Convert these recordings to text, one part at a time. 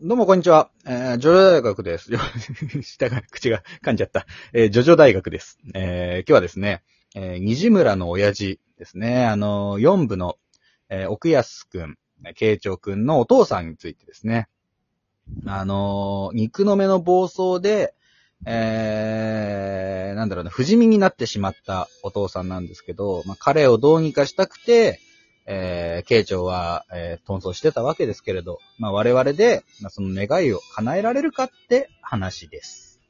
どうも、こんにちは。えー、ジョジョ大学です。 よ下が、口が噛んじゃった。えー、ジョジョ大学です。えー、今日はですね、えー、西村の親父ですね、あのー、4部の、えー、奥安くん、慶長くんのお父さんについてですね、あのー、肉の目の暴走で、えー、なんだろうな、不死身になってしまったお父さんなんですけど、まあ、彼をどうにかしたくて、えー、慶長は、えー、遁走してたわけですけれど、まあ、我々で、まあ、その願いを叶えられるかって話です。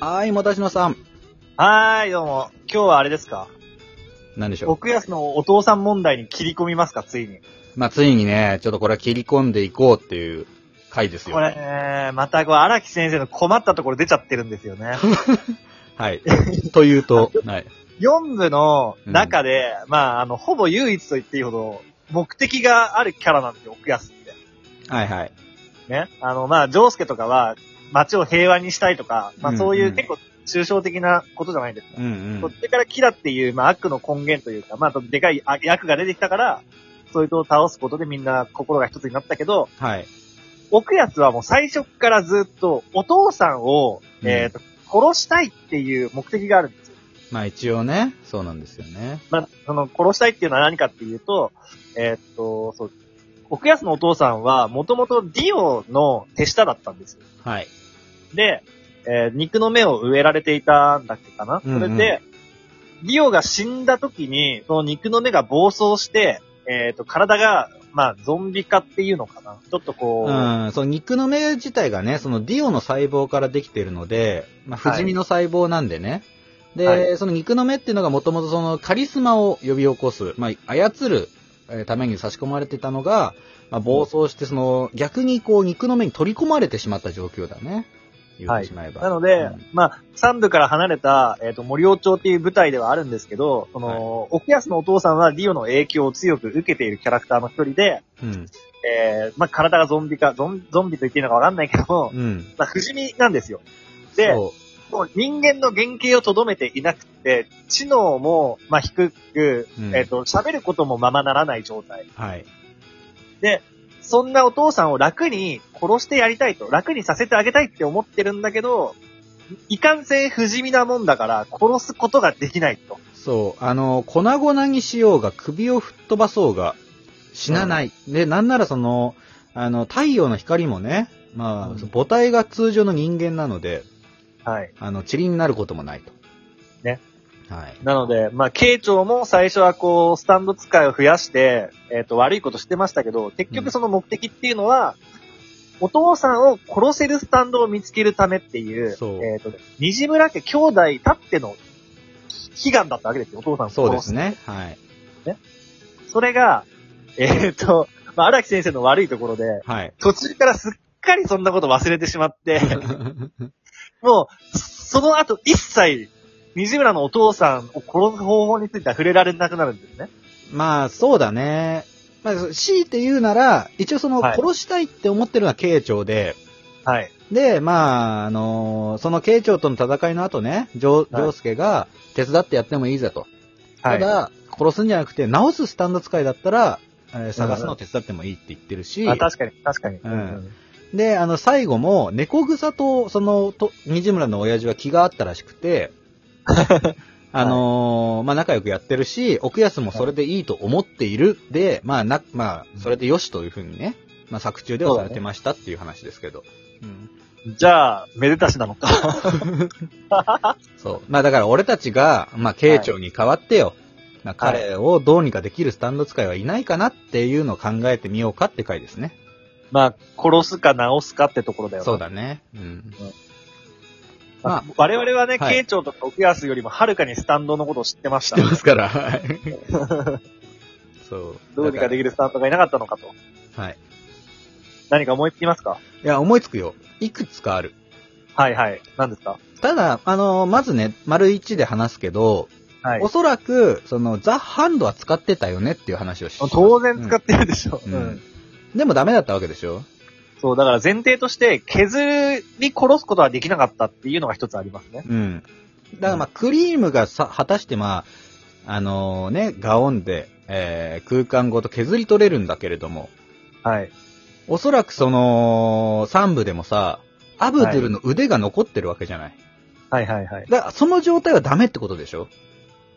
はい、もたしのさん。はーい、どうも。今日はあれですかなんでしょう。奥安のお父さん問題に切り込みますか、ついに。まあ、ついにね、ちょっとこれは切り込んでいこうっていう回ですよ。これ、ね、またこう、荒木先生の困ったところ出ちゃってるんですよね。はい。 というと、 はい。 4部の中で、まあ、あの、ほぼ唯一と言っていいほど、目的があるキャラなんですよ、奥安って。はいはい。ね。あの、まあ、ジョースケとかは、街を平和にしたいとか、まうんあ、そういううん結構、抽象的なことじゃないですか。うんうん。そっちからキラっていう、まあ、悪の根源というか、まあ、あとでかいあ悪が出てきたから、そいつを倒すことでみんな心が一つになったけど、はい。奥安はもう最初からずっとお父さんを、うんえーと、殺したいっていう目的があるんですよ。まあ一応ね、そうなんですよね。まあ、その殺したいっていうのは何かっていうと、えーっと、そう、奥安のお父さんはもともとディオの手下だったんですよ。はい。で、えー肉の目を植えられていたんだっけかな、うんうんそれで、ディオが死んだ時に、その肉の目が暴走して、えーっと、体が、まあ、ゾンビ化っていうのかなちょっとこうう、ん、その肉の目自体がね、そのディオの細胞からできているので、まあ、不死身の細胞なんでね。で、はその肉の目っていうのがもともとそのカリスマを呼び起こす、まあ、操るえーために差し込まれてたのが、まあ、暴走して、その、逆にこう、肉の目に取り込まれてしまった状況だね。言ってしまえば。なので、うんまあ、三部から離れた、えっ、と、森尾町っていう舞台ではあるんですけど、その、奥安のお父さんはディオの影響を強く受けているキャラクターの一人で、うん。えー、まあ、体がゾンビか、ゾン、ゾンビと言っていいのかわかんないけど、うん。まあ、不死身なんですよ。でそもう人間の原型をとどめていなくて、知能も、まあ、低く、う。うんえっ、と、喋ることもままならない状態。はい。で、そんなお父さんを楽に殺してやりたいと、楽にさせてあげたいって思ってるんだけど、いかんせん不死身なもんだから、殺すことができないと。そう、あの、粉々にしようが、首を吹っ飛ばそうが、死なない。で、なんならその、あの、太陽の光もね、まあ、うん母体が通常の人間なので、はい。あの、塵になることもないと。ね。はい。なので、まあ、慶長も最初はこう、スタンド使いを増やして、えっ、と、悪いことしてましたけど、結局その目的っていうのは、お父さんを殺せるスタンドを見つけるためっていう、そうえっ、と、西村家兄弟たっての悲願だったわけですよ、お父さんを殺そうですね。はい。それが、えーっと、まあ、荒木先生の悪いところで、はい。 途中からすっかりそんなこと忘れてしまって、もう、その後一切、西村のお父さんを殺す方法については触れられなくなるんですね。まあ、そうだね。まあ、強いて言うなら、一応その、はい殺したいって思ってるのは慶長で、はい。で、まあ、あのその慶長との戦いの後ね、上、上介が手伝ってやってもいいぜと。はたい。だ、殺すんじゃなくて、直すスタンド使いだったら、えー探すのを手伝ってもいいって言ってるし、あ確かに、確かに。うんで、あの、最後も、猫草と、その、と、西村の親父は気があったらしく て、あのーまあ、仲良くやってるし、奥安もそれでいいと思っている、で、まあ、な、まあ、それでよしというふうにね、まあ、作中ではされてましたっていう話ですけど。うんじゃあ、めでたしなのか。 そう。まあだから俺たちが、まあ慶長に代わってよ、まあ彼をどうにかできるスタンド使いはいないかなっていうのを考えてみようかって回ですね。まあ、殺すか治すかってところだよねそうだね。うん。まあま我々はね、はい慶長とか奥安よりもはるかにスタンドのことを知ってまししたて。ますから、 はい。そう。どうにかできる。るスタンドがいなかったのかと。はい。何か思いつきますかいや、思いつくよ。いくつかある。はいはい。何ですかただ、あのまずね、丸一で話すけど、はいお。そらく、その、ザ・ハンドは使ってたよねっていう話をし当然使っってるでしょ。う。うんんでもダメだったわけでしょそう、だから前提として、削り殺すことはできなかったっていうのが一つありますね。うん。だからまあ、クリームがさ、果たしてまあ、あのね、ガオンで、えー空間ごと削り取れるんだけれども、はい。おそらくその、3部でもさ、アブドゥルの腕が残ってるわけじゃない。はいはいはい。だから、その状態はダメってことでしょ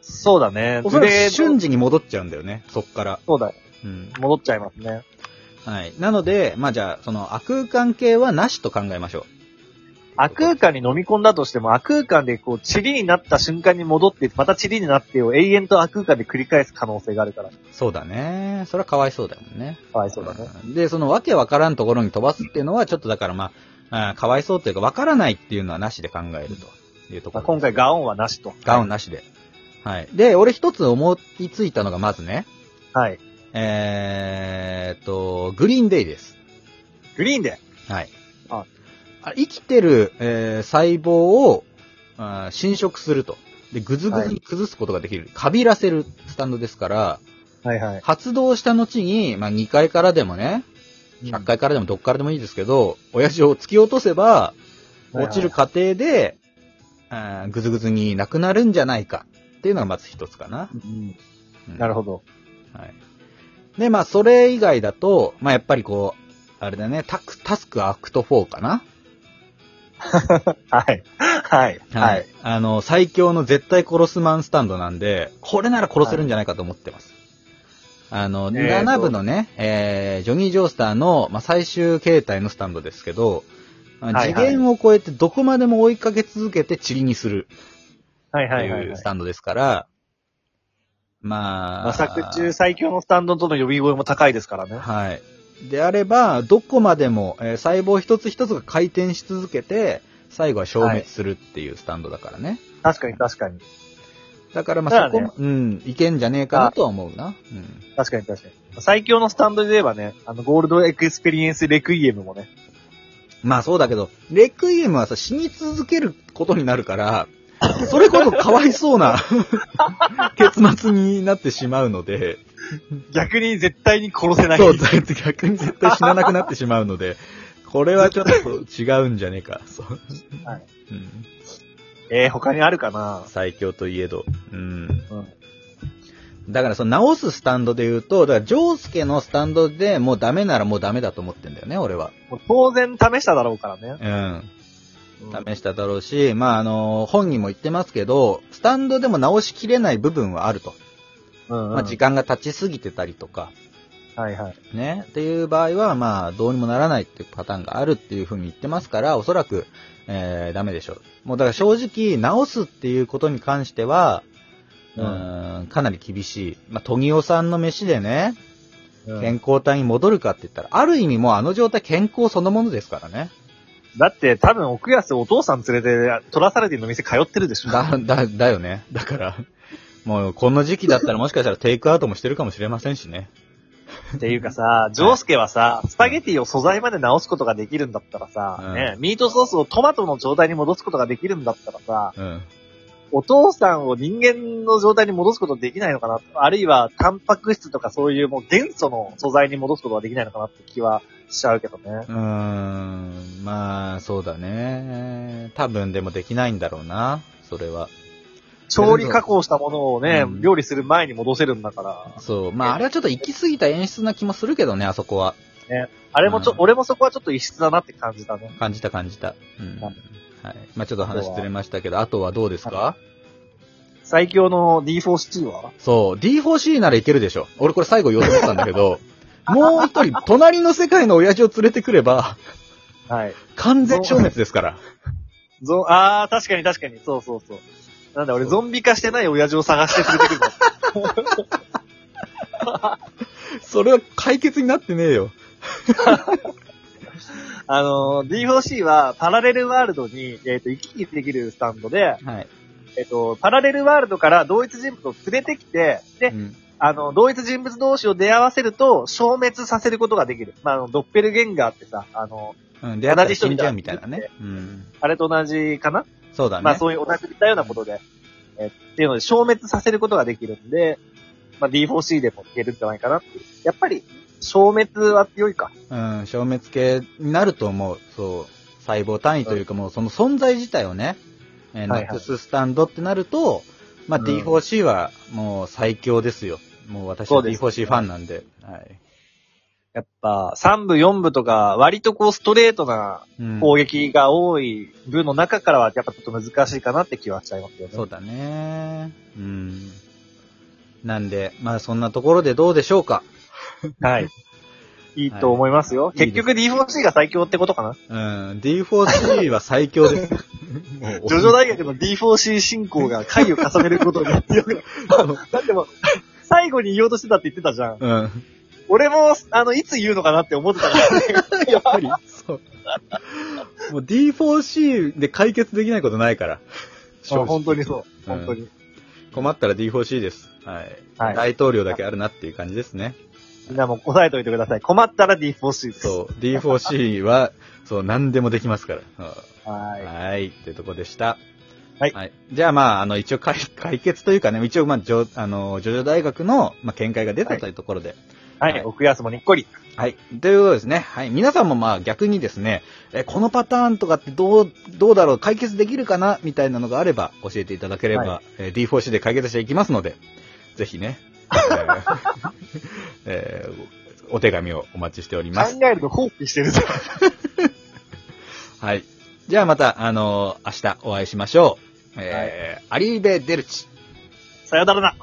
そうだね。おそらく腕の瞬時に戻っちゃうんだよね、そっから。そうだ。うん。戻っちゃいますね。はい。なので、まあじゃあ、その、悪空間系はなしと考えましょ悪空間に飲み込んだとしても、悪空間でこう、塵になった瞬間に戻って、また塵になってを永遠と悪空間で繰り返す可能性があるから。う。そうだね。それはかわいそうだもんね。かわいそうだね。で、そのわけわからんところに飛ばすっていうのは、ちょっとだからまあ、あーかわいそうというか、わからないっていうのはなしで考えるというとこまあ、ろ今です。回ガオンはなしと。ガウンなしで。はい。で、俺一つ思いついたのがまずね、はい。えーっと、グリーンデイです。グリーンで。はい。ああ生きてる、えー細胞をあー侵食すると。で、ぐずぐずに崩すことができる。かびらせるスタンドですから、はいはい。発動した後に、まあ、2階からでもね、100回からでもどっからでもいいですけど、親父を突き落とせば、はいはい落ちる過程で、あーぐずぐずになくなるんじゃないかっていうのがまず一つかな。うんなるほほど。ど。はい。で、まあ、それ以外だと、まあ、やっぱりこう、あれだね、タク、タスクアクト4かな。はい。はい。はい。。あの、最強の絶対殺すマンスタンドなんで、これなら殺せるんじゃないかと思ってます。あの、えーと7部のね、えー、ジョニー・ジョースターの、まあ、最終形態のスタンドですけど、まあは次いはい元を超えてどこまでも追いかけ続けて塵にするはいとはいはいい、うはスい。タンドですから、まあ、まあ作中最強のスタンドとの呼び声も高いですからね。はい。であれば、どこまでも、えー細胞一つ一つが回転し続けて、最後は消滅するっていうスタンドだからね。確かに確かに。だからまだあそかこらねも、うん、いけんじゃねえかなとは思うな。うん。確かに確かに。最強のスタンドで言えばね、あの、ゴールドエクスペリエンスレクイエムもね。まあそうだけど、レクイエムはさ、死に続けることになる から、それこそかわいそうな 結末になってしまうので、逆に絶対に殺せない。そう、逆に絶対死ななくなってしまうので、これはちょっと違うんじゃねえか。そう。はいうん、えー、他にあるかな最強といえど。うん。うん。だからその直すスタンドで言うと、だからジョースケのスタンドでもうダメならもうダメだと思ってんだよね、俺は。もう当然試しただろうからね。うん。うん試しただろうし、まあ、あの、本人も言ってますけど、スタンドでも直しきれない部分はあると。うん、うん。まあ、時間が経ちすぎてたりとか、はいはい。ね、っていう場合は、まあ、どうにもならないっていうパターンがあるっていうふうに言ってますから、おそらく、えー、ダメでしょう。もうだから正直、直すっていうことに関しては、ううんーん、かなり厳しい。まあ、トギオさんの飯でね、うん健康体に戻るかって言ったら、ある意味もうあの状態健康そのものですからね。だって多分奥安お父さん連れて取らされてるの店通ってるでしょ。だ、だ、だよね。だから、もうこの時期だったらもしかしたらテイクアウトもしてるかもしれませんしね。っていうかさ、ジョースケはさ、スパゲティを素材まで直すことができるんだったらさ、うんね、ミートソースをトマトの状態に戻すことができるんだったらさ、うん。お父さんを人間の状態に戻すことできないのかなあるいは、タンパク質とかそういうもう元素の素材に戻すことができないのかなって気はしちゃうけどね。うーん、まあ、そうだね。多分でもできないんだろうな。それは。調理加工したものをね、うん料理する前に戻せるんだから。そう。まあ、あれはちょっと行き過ぎた演出な気もするけどね、あそこは。あれもちょ、うん俺もそこはちょっと異質だなって感じだね。感じた感じた。うん。ははいい。まあ、ちょっと話ずれましたけど、あとはどうですか最強の D4 シチューはそう。D4C ならいけるでしょ。俺これ最後言おうと思ったんだけど、もう一人、隣の世界の親父を連れてくれば、はい。完全消滅ですから。ゾン、あー、確かに確かに。そうそうそう。なんだ、俺そうゾンビ化してない親父を探して連れてくるの。 それは解決になってねえよ。あのー、D4C はパラレルワールドに、えっ、と、行き来できるスタンドで、はい。えっ、と、パラレルワールドから同一人物を連れてきて、で、あの、同一人物同士を出会わせると、消滅させることができる。まあ、あの、ドッペルゲンガーってさ、あの、うん。で、あたら死んじゃうみたいなね。うん。あれと同じかな、そうだね。まあ、そういう同じみたようなことで。えっていうので消滅させることができるんで、まあ、D4C でもいけるんじゃないかなっていう。やっぱり、消滅は強いか。うん、消滅系になると思う。そう。細胞単位というかもう、その存在自体をね、えーはいはいなくすスタンドってなると、まあ、うん D4C はもう最強ですよ。もう私はそうです D4C ファンなんで。はい。やっぱ、3部、4部とか、割とこう、ストレートなうん攻撃が多い部の中からは、やっぱちょっと難しいかなって気はしちゃいますよね。そうだね。うん。なんで、まあそんなところでどうでしょうか。はい。 いいと思いますよ。いいです結局 D4C が最強ってことかな。うん。D4C は最強 です。もうジョジョ大学の D4C 進行が回を重ねることによって、 だってもう、最後に言おうとしてたって言ってたじゃん。うん。やっ俺も、あの、いつ言うのかなって思ってた から、ね。ぱり、そう。もう D4C で解決できないことないから。あ本当にう。そう。うん本当に。困ったら D4C です。はい。はい大統領だけあるなっていう感じですね。みんなも答えておいてください。困ったら D4C です。そう。D4C は、そう、何でもできますから。うんはい。はい、ってとこでした。はいじゃあまあ、あの、一応解 解決というかね、一応まあ、ジョ、あの、ジョジョ大学の、まあ、見解が出たというところで。はい。はい奥安もにっこり。はい。ということですね。はい。皆さんもまあ、逆にですね、え、このパターンとかってどう、どうだろう、解決できるかな、みたいなのがあれば、教えていただければ、はえー D4C で解決していきますので、ぜひね、えー えーお手紙をお待ちしております。考えると放棄してるぞ。はい。じゃあまた、あの明日お会いしましょう。えーアリーベ・デルチ。さよならな。